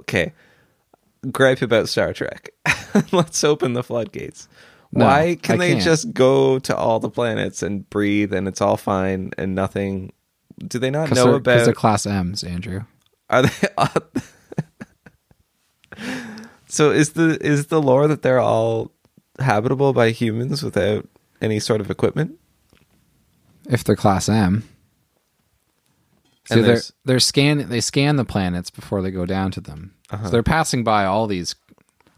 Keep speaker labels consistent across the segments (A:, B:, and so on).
A: okay. Gripe about Star Trek. Let's open the floodgates. Why can
B: I
A: they
B: can't.
A: just go to all the planets and breathe and it's all fine and nothing? Do they not
B: Because
A: know
B: they're, 'cause
A: about
B: they're class M's, Andrew.
A: Are they? so is the is the lore that they're all habitable by humans without any sort of equipment?
B: If they're class M. So
A: And
B: they're
A: there's-
B: they're scan they scan the planets before they go down to them. So they're passing by all these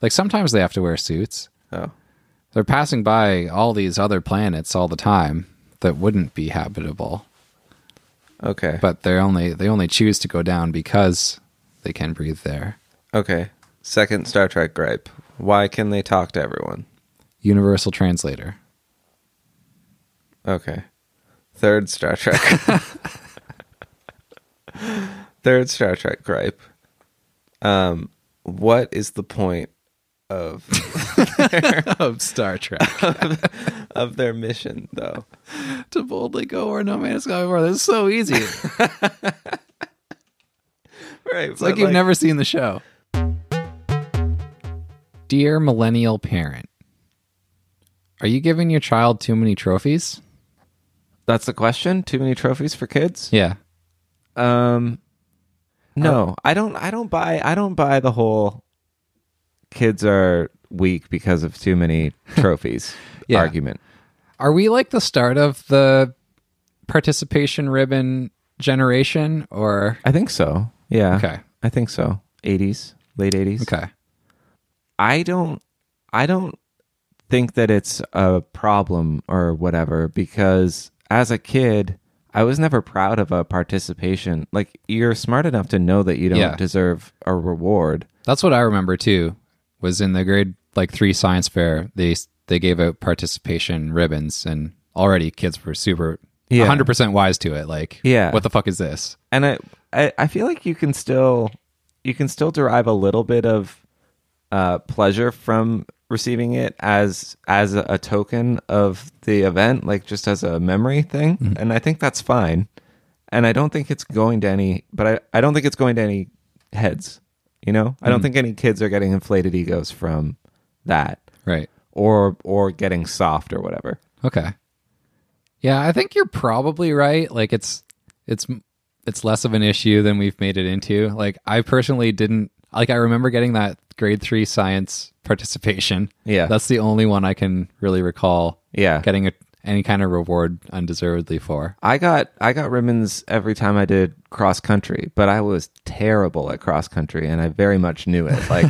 B: like sometimes they have to wear suits.
A: Oh,
B: They're passing by all these other planets all the time that wouldn't be habitable,
A: okay,
B: but they are only they only choose to go down because they can breathe there.
A: okay. Second Star Trek gripe: Why can they talk to everyone?
B: Universal translator.
A: Okay. Third Star Trek. Third Star Trek gripe. Um, what is the point of
B: of Star Trek.
A: of their mission though?
B: to boldly go where no man has gone before. That's so easy. It's
A: Right. It's
B: like you've never seen the show. Dear millennial parent, are you giving your child too many trophies?
A: That's the question. Too many trophies for kids?
B: Yeah.
A: Um No. Oh. I don't I don't buy I don't buy the whole kids are weak because of too many trophies
B: Yeah.
A: argument.
B: Are we like the start of the participation ribbon generation or
A: I think so. Yeah.
B: Okay.
A: I think so. 80s, late 80s.
B: okay.
A: I don't I don't think that it's a problem or whatever because as a kid I was never proud of a participation. Like you're smart enough to know that you don't
B: Yeah.
A: deserve a reward.
B: That's what I remember too. Was in the grade like 3 science fair, they they gave out participation ribbons and already kids were super
A: Yeah.
B: 100% wise to it like
A: Yeah.
B: what the fuck is this?
A: And I, I I feel like you can still you can still derive a little bit of uh pleasure from receiving it as as a token of the event, like just as a memory thing. And I think that's fine. And I don't think it's going to any but I, I don't think it's going to any heads. You know? I don't think any kids are getting inflated egos from that.
B: Right.
A: Or or getting soft or whatever.
B: Okay. Yeah, I think you're probably right. Like it's it's it's less of an issue than we've made it into. Like I personally didn't like I remember getting that grade 3 science participation.
A: Yeah.
B: That's the only one I can really recall
A: Yeah.
B: getting a, any kind of reward undeservedly for.
A: I got I got ribbons every time I did cross country, but I was terrible at cross country and I very much knew it. Like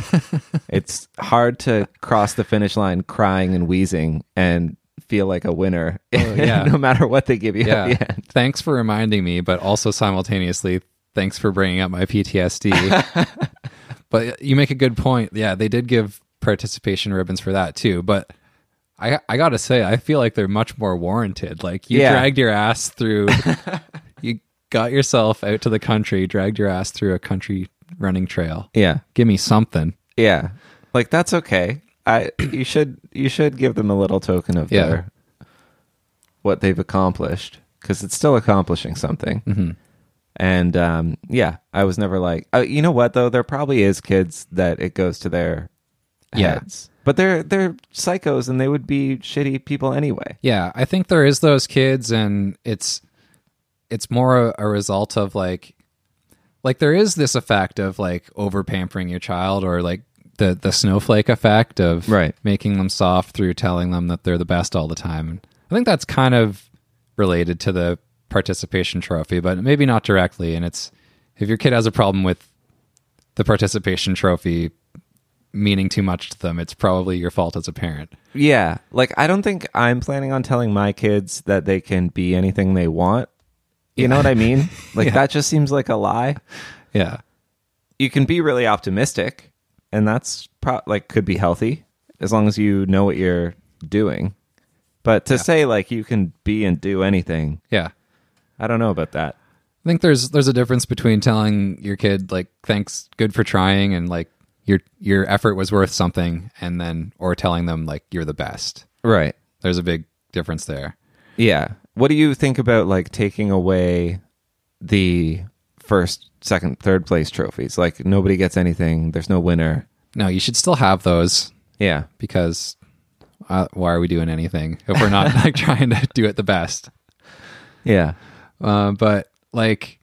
A: it's hard to cross the finish line crying and wheezing and feel like a winner
B: Oh, yeah.
A: no matter what they give you
B: Yeah.
A: at the end.
B: Thanks for reminding me, but also simultaneously thanks for bringing up my PTSD. but you make a good point. Yeah, they did give participation ribbons for that too, but I I got to say I feel like they're much more warranted. Like you
A: Yeah.
B: dragged your ass through you got yourself out to the country, dragged your ass through a country running trail.
A: Yeah.
B: Give me something.
A: Yeah. Like that's okay. I you should you should give them a little token of
B: Yeah.
A: their what they've accomplished because it's still accomplishing something.
B: Mm-hmm.
A: And um, yeah, I was never like, oh, you know what though? There probably is kids that it goes to their
B: Yeah.
A: heads, but they're they're psychos and they would be shitty people anyway.
B: Yeah, I think there is those kids, and it's it's more a, a result of like like there is this effect of like over pampering your child, or like the the snowflake effect of
A: Right.
B: making them soft through telling them that they're the best all the time. And I think that's kind of related to the participation trophy, but maybe not directly. And it's if your kid has a problem with the participation trophy meaning too much to them, it's probably your fault as a parent.
A: Yeah, like I don't think I'm planning on telling my kids that they can be anything they want. You know what I mean? Like that just seems like a lie.
B: Yeah.
A: you can be really optimistic and that's pro- like could be healthy as long as you know what you're doing but to say like you can be and do anything
B: Yeah.
A: i don't know about that
B: I think there's there's a difference between telling your kid like thanks good for trying and like your your effort was worth something and then or telling them like you're the best.
A: right
B: There's a big difference there.
A: yeah what do you think about like taking away the first, second, third place trophies. Like nobody gets anything. There's no winner.
B: No, you should still have those
A: Yeah.
B: because uh, why are we doing anything if we're not like trying to do it the best?
A: Yeah.
B: Uh, but like,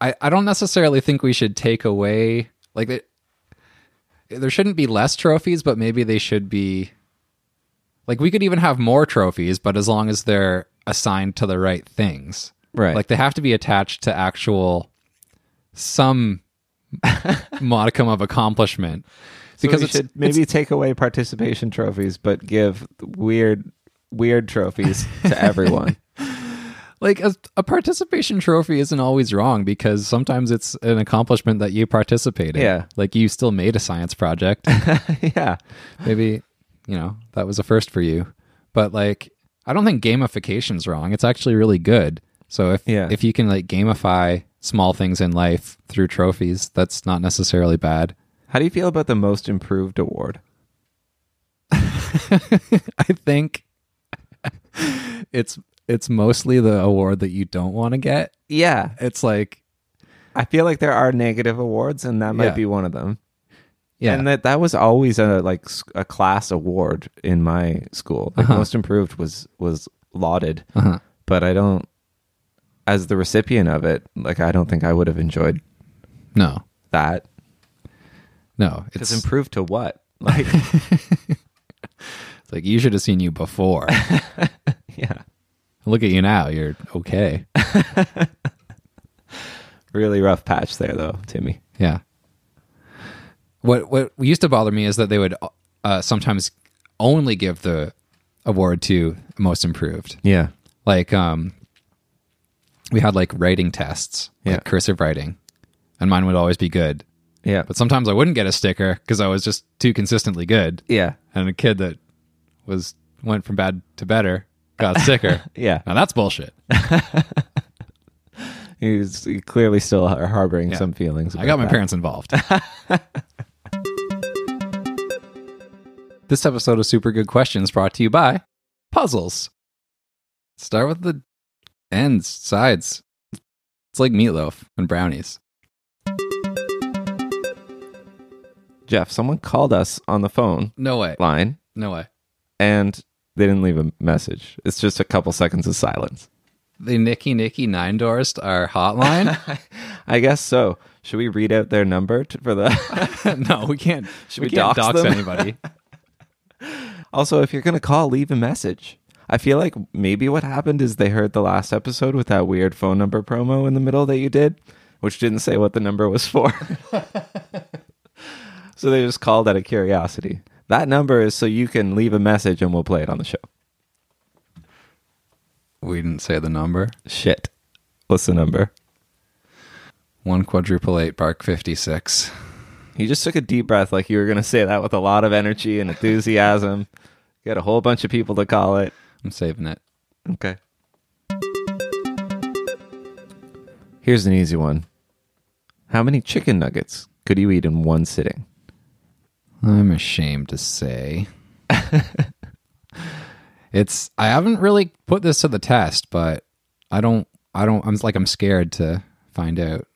B: I, I don't necessarily think we should take away like it, there shouldn't be less trophies, but maybe they should be like we could even have more trophies, but as long as they're assigned to the right things,
A: Right.
B: Like they have to be attached to actual some modicum of accomplishment.
A: because we
B: it's-
A: should maybe take away participation trophies, but give weird, weird trophies to everyone.
B: like a, a participation trophy isn't always wrong because sometimes it's an accomplishment that you participated.
A: Yeah.
B: like you still made a science project.
A: yeah.
B: Maybe you know that was a first for you, but like I don't think gamification's wrong. It's actually really good. So if
A: Yeah.
B: if you can like gamify small things in life through trophies, that's not necessarily bad.
A: How do you feel about the most improved award?
B: I think it's it's mostly the award that you don't want to get.
A: Yeah.
B: It's like
A: I feel like there are negative awards, and that might
B: Yeah.
A: be one of them.
B: yeah,
A: And that that was always a like s- a class award in my school. Like most improved was was lauded,
B: Uh-huh.
A: but I don't as the recipient of it, like I don't think I would have enjoyed
B: no,
A: that.
B: no. It's
A: Cuz improved to what? Like
B: It's like you should have seen you before.
A: yeah.
B: Look at you now. You're okay.
A: Really rough patch there though, Timmy.
B: Yeah. What what used to bother me is that they would uh, sometimes only give the award to most improved.
A: Yeah.
B: Like um, we had like writing tests,
A: Yeah.
B: like cursive writing, and mine would always be good.
A: Yeah.
B: But sometimes I wouldn't get a sticker because I was just too consistently good.
A: yeah.
B: And a kid that was went from bad to better got a sticker.
A: Yeah.
B: now that's bullshit.
A: He's he clearly still are harboring
B: Yeah.
A: some feelings.
B: I got
A: about
B: my
A: that.
B: parents involved. this episode of Super Good Questions brought to you by Puzzles. Start with the ends, sides. It's like meatloaf and brownies.
A: Jeff, someone called us on the phone
B: No way.
A: line
B: No way.
A: and they didn't leave a message. It's just a couple seconds of silence.
B: The Nicky Nicky Nine Doors, our hotline?
A: I guess so. Should we read out their number to, for the?
B: no, we can't.
A: we
B: can't
A: dox
B: dox
A: them?
B: anybody.
A: also, if you're gonna call, leave a message. I feel like maybe what happened is they heard the last episode with that weird phone number promo in the middle that you did, which didn't say what the number was for. so they just called out of curiosity. That number is so you can leave a message and we'll play it on the show.
B: we didn't say the number.
A: Shit. What's the number?
B: One quadruple eight bark 56.
A: You just took a deep breath like you were going to say that with a lot of energy and enthusiasm. Got a whole bunch of people to call it.
B: I'm saving it.
A: Okay. Here's an easy one. How many chicken nuggets could you eat in one sitting?
B: I'm ashamed to say. it's I haven't really put this to the test, but I don't I don't I'm like I'm scared to find out.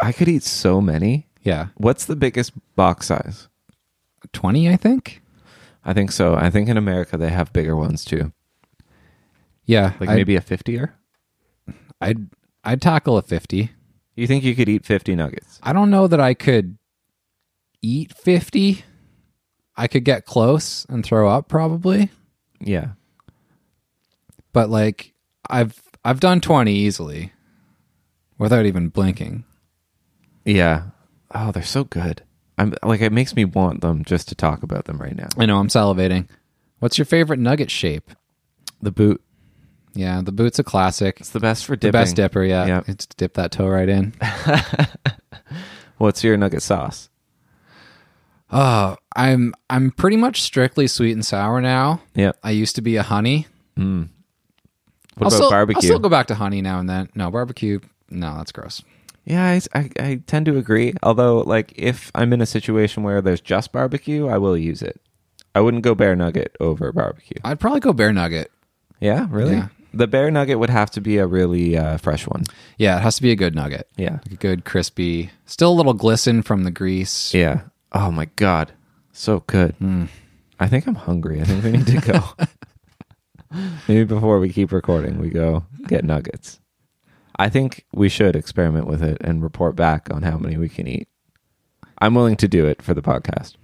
A: I could eat so many.
B: Yeah.
A: What's the biggest box size?
B: 20, I think.
A: I think so. I think in America they have bigger ones too.
B: Yeah.
A: Like
B: I'd,
A: maybe a 50er?
B: I'd I'd tackle a 50.
A: You think you could eat 50 nuggets?
B: I don't know that I could eat 50. I could get close and throw up probably,
A: Yeah.
B: but like I've I've done 20 easily without even blinking.
A: Yeah. Oh, they're so good. I'm like it makes me want them just to talk about them right now.
B: I know I'm salivating. What's your favorite nugget shape?
A: The boot.
B: Yeah, the boot's a classic.
A: It's the best for
B: The
A: dipping.
B: best dipper, yeah.
A: Yeah.
B: It's to dip that toe right in.
A: What's your nugget sauce?
B: oh, I'm I'm pretty much strictly sweet and sour now.
A: Yeah.
B: I used to be a honey.
A: What
B: I'll
A: about
B: still,
A: barbecue?
B: I'll still go back to honey now and then. No, barbecue. No, that's gross.
A: Yeah, I, I, I tend to agree. Although, like, if I'm in a situation where there's just barbecue, I will use it. I wouldn't go bare nugget over barbecue.
B: I'd probably go bear nugget.
A: Yeah, really?
B: Yeah.
A: the bear nugget would have to be a really uh, fresh one.
B: Yeah, it has to be a good nugget.
A: Yeah.
B: Like a good crispy, still a little glisten from the grease.
A: Yeah. Oh my god, so good. I think I'm hungry. I think we need to go. Maybe before we keep recording, we go get nuggets. I think we should experiment with it and report back on how many we can eat. I'm willing to do it for the podcast.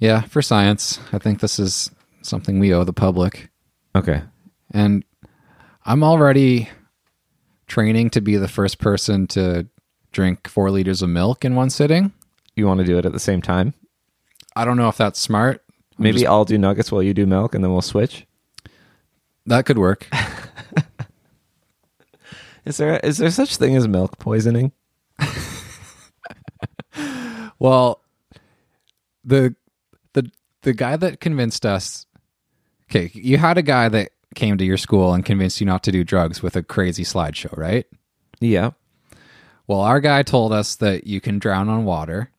B: Yeah, for science, I think this is something we owe the public.
A: Okay.
B: And I'm already training to be the first person to drink four liters of milk in one sitting.
A: You want to do it at the same time?
B: I don't know if that's smart. I'm
A: Maybe
B: just-
A: I'll do nuggets while you do milk and then we'll switch.
B: that could work.
A: Is there is there such thing as milk poisoning?
B: Well, the the the guy that convinced us. Okay, you had a guy that came to your school and convinced you not to do drugs with a crazy slideshow, right?
A: Yeah.
B: Well, our guy told us that you can drown on water,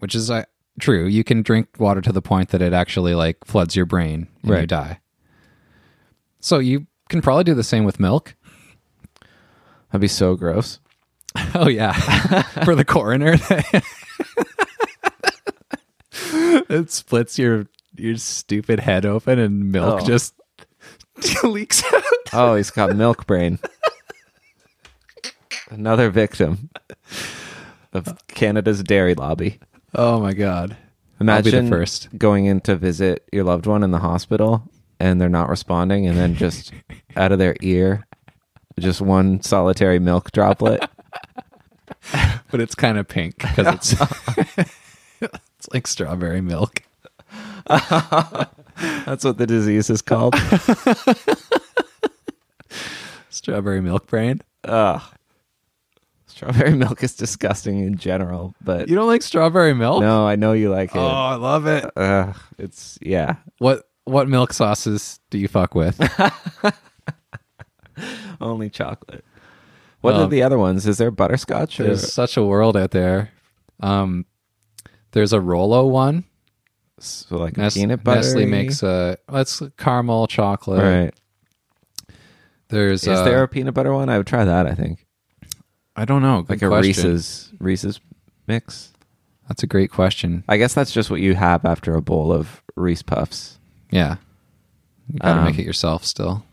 B: which is uh, true. You can drink water to the point that it actually like floods your brain and you
A: Right.
B: die. So you can probably do the same with milk.
A: That'd be so gross.
B: Oh yeah, for the coroner, it splits your your stupid head open and milk
A: Oh.
B: just leaks out.
A: Oh, he's got milk brain. Another victim of Canada's dairy lobby.
B: Oh my god! I'll be
A: Imagine
B: the first.
A: going in to visit your loved one in the hospital and they're not responding, and then just out of their ear, just one solitary milk droplet.
B: but it's kind of pink because it's it's like strawberry milk.
A: That's what the disease is called.
B: Strawberry milk brain.
A: Ugh. Strawberry milk is disgusting in general, but
B: You don't like strawberry milk?
A: no, I know you like it.
B: Oh, I love it.
A: Ugh, it's yeah.
B: What what milk sauces do you fuck with?
A: Only chocolate. What are
B: Um,
A: the other ones? Is there butterscotch? Or,
B: There's such a world out there. Um, there's a Rolo one.
A: so like
B: Nes-
A: peanut butter?
B: Nestle makes uh, a that's caramel chocolate.
A: All right.
B: There's
A: Is
B: uh,
A: there a peanut butter one? I would try that. I think
B: I don't know. Good
A: like a
B: question.
A: Reese's Reese's mix.
B: That's a great question.
A: I guess that's just what you have after a bowl of Reese Puffs.
B: Yeah, you gotta
A: Um,
B: make it yourself still.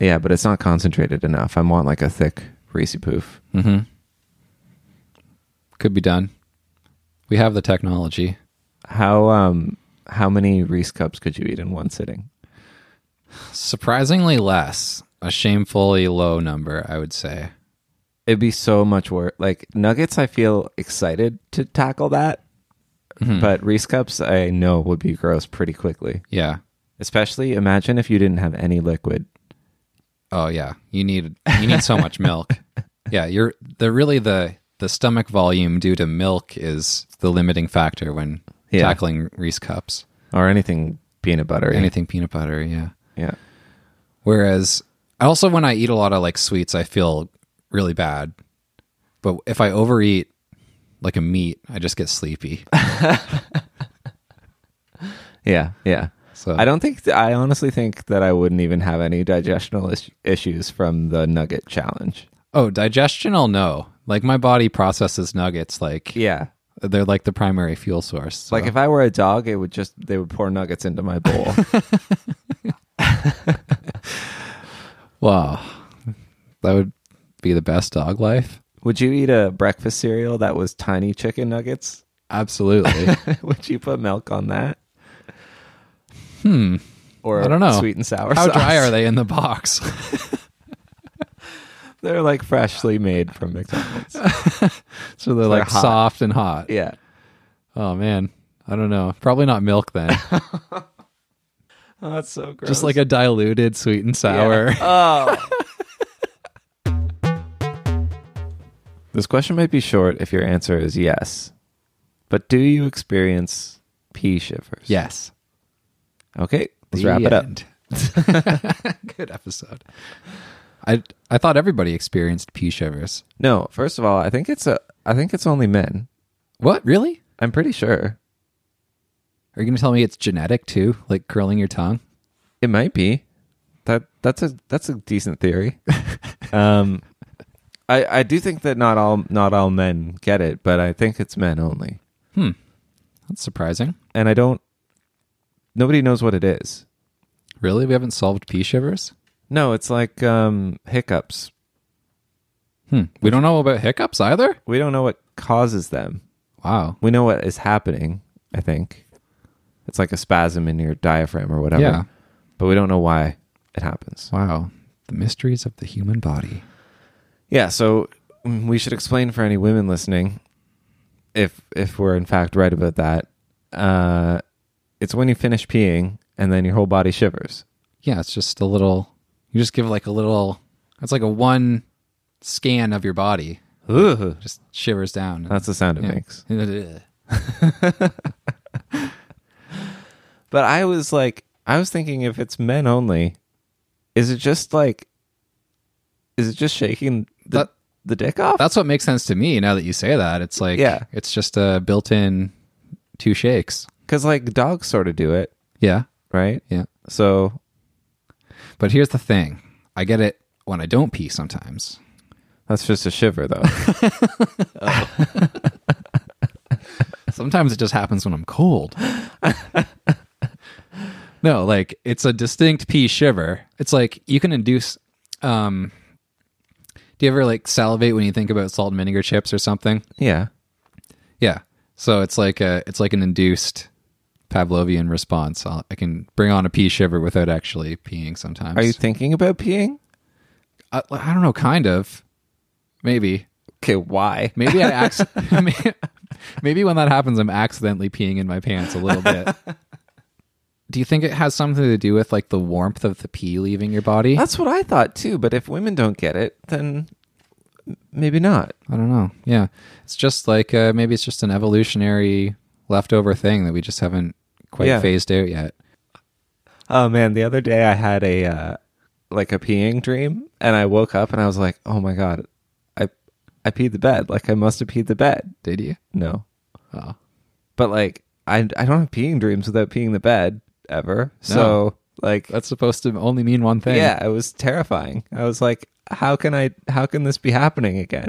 A: Yeah, but it's not concentrated enough. I want like a thick Reese poof.
B: hmm Could be done. We have the technology.
A: How um how many Reese cups could you eat in one sitting?
B: Surprisingly less. A shamefully low number, I would say.
A: It'd be so much work. Like nuggets, I feel excited to tackle that,
B: Mm-hmm.
A: but Reese cups, I know would be gross pretty quickly.
B: Yeah.
A: Especially imagine if you didn't have any liquid.
B: Oh yeah, you need you need so much milk. Yeah, you're the really the the stomach volume due to milk is the limiting factor when
A: Yeah.
B: tackling Reese cups.
A: or anything peanut butter.
B: Anything peanut butter, yeah.
A: Yeah.
B: Whereas I also when I eat a lot of like sweets, I feel really bad. But if I overeat like a meat, I just get sleepy.
A: Yeah. Yeah.
B: So
A: I don't think, I honestly think that I wouldn't even have any digestional is- issues from the nugget challenge.
B: Oh, digestional no. Like my body processes nuggets like
A: Yeah.
B: they're like the primary fuel source. so-
A: Like if I were a dog, it would just, they would pour nuggets into my bowl.
B: wow. That would be the best dog life.
A: would you eat a breakfast cereal that was tiny chicken nuggets?
B: Absolutely.
A: would you put milk on that?
B: hmm.
A: Or
B: I don't know.
A: sweet and sour
B: How
A: sauce?
B: dry are they in the box?
A: They're like freshly made from McDonald's.
B: so they're,
A: They're
B: like
A: hot.
B: soft and hot.
A: yeah.
B: Oh man. I don't know. Probably not milk then.
A: Oh, that's so gross.
B: Just like a diluted sweet and sour.
A: Oh. this question might be short if your answer is yes, but do you experience pee shivers?
B: yes.
A: Okay, let's
B: The
A: wrap it up.
B: end. Good episode. I I thought everybody experienced pee shivers.
A: No, first of all, I think it's a. I think it's only men.
B: What? Really?
A: I'm pretty sure
B: Are you going to tell me it's genetic too, like curling your tongue?
A: it might be. that that's a that's a decent theory. um, I I do think that not all not all men get it, but I think it's men only,
B: That's surprising.
A: and I don't. Nobody knows what it is.
B: Really? We haven't solved pea shivers?
A: No, it's like um, hiccups.
B: Hmm. We don't know about hiccups either?
A: We don't know what causes them.
B: Wow.
A: We know what is happening. I think it's like a spasm in your diaphragm or whatever.
B: Yeah.
A: but we don't know why it happens.
B: Wow. The mysteries of the human body.
A: Yeah, so mm, we should explain for any women listening, if if we're in fact right about that, uh, it's when you finish peeing and then your whole body shivers.
B: Yeah, it's just a little you just give like a little it's like a one scan of your body.
A: Ugh.
B: Just shivers down.
A: That's the sound it
B: Yeah.
A: makes.
B: Ugh.
A: But I was like, I was thinking, if it's men only, is it just like, is it just shaking the
B: That-
A: the dick off?
B: That's what makes sense to me now that you say that. It's like
A: Yeah.
B: it's just a built in two shakes.
A: Because like dogs sort of do it,
B: Yeah.
A: right?
B: Yeah.
A: So
B: But here's the thing. I get it when I don't pee sometimes.
A: that's just a shiver, though.
B: Sometimes it just happens when I'm cold. no, like it's a distinct pee shiver. It's like you can induce. Um, do you ever like salivate when you think about salt and vinegar chips or something?
A: yeah.
B: Yeah. So it's like a it's like an induced Pavlovian response. I'll, I can bring on a pee shiver without actually peeing. Sometimes
A: Are you thinking about peeing?
B: I, I don't know. Kind of. Maybe.
A: Okay, why?
B: Maybe I acc- maybe when that happens, I'm accidentally peeing in my pants a little bit. Do you think it has something to do with like the warmth of the pee leaving your body?
A: That's what I thought too. But if women don't get it, then maybe not.
B: I don't know. Yeah, it's just like uh, maybe it's just an evolutionary leftover thing that we just haven't quite
A: Yeah.
B: phased out yet.
A: Oh man, the other day I had a uh, like a peeing dream, and I woke up and I was like, "Oh my god, I I peed the bed. Like I must have peed the bed."
B: Did you?
A: No,
B: Oh.
A: but like I I don't have peeing dreams without peeing the bed ever. So like
B: That's supposed to only mean one thing.
A: yeah, it was terrifying. I was like, "How can I? How can this be happening again?"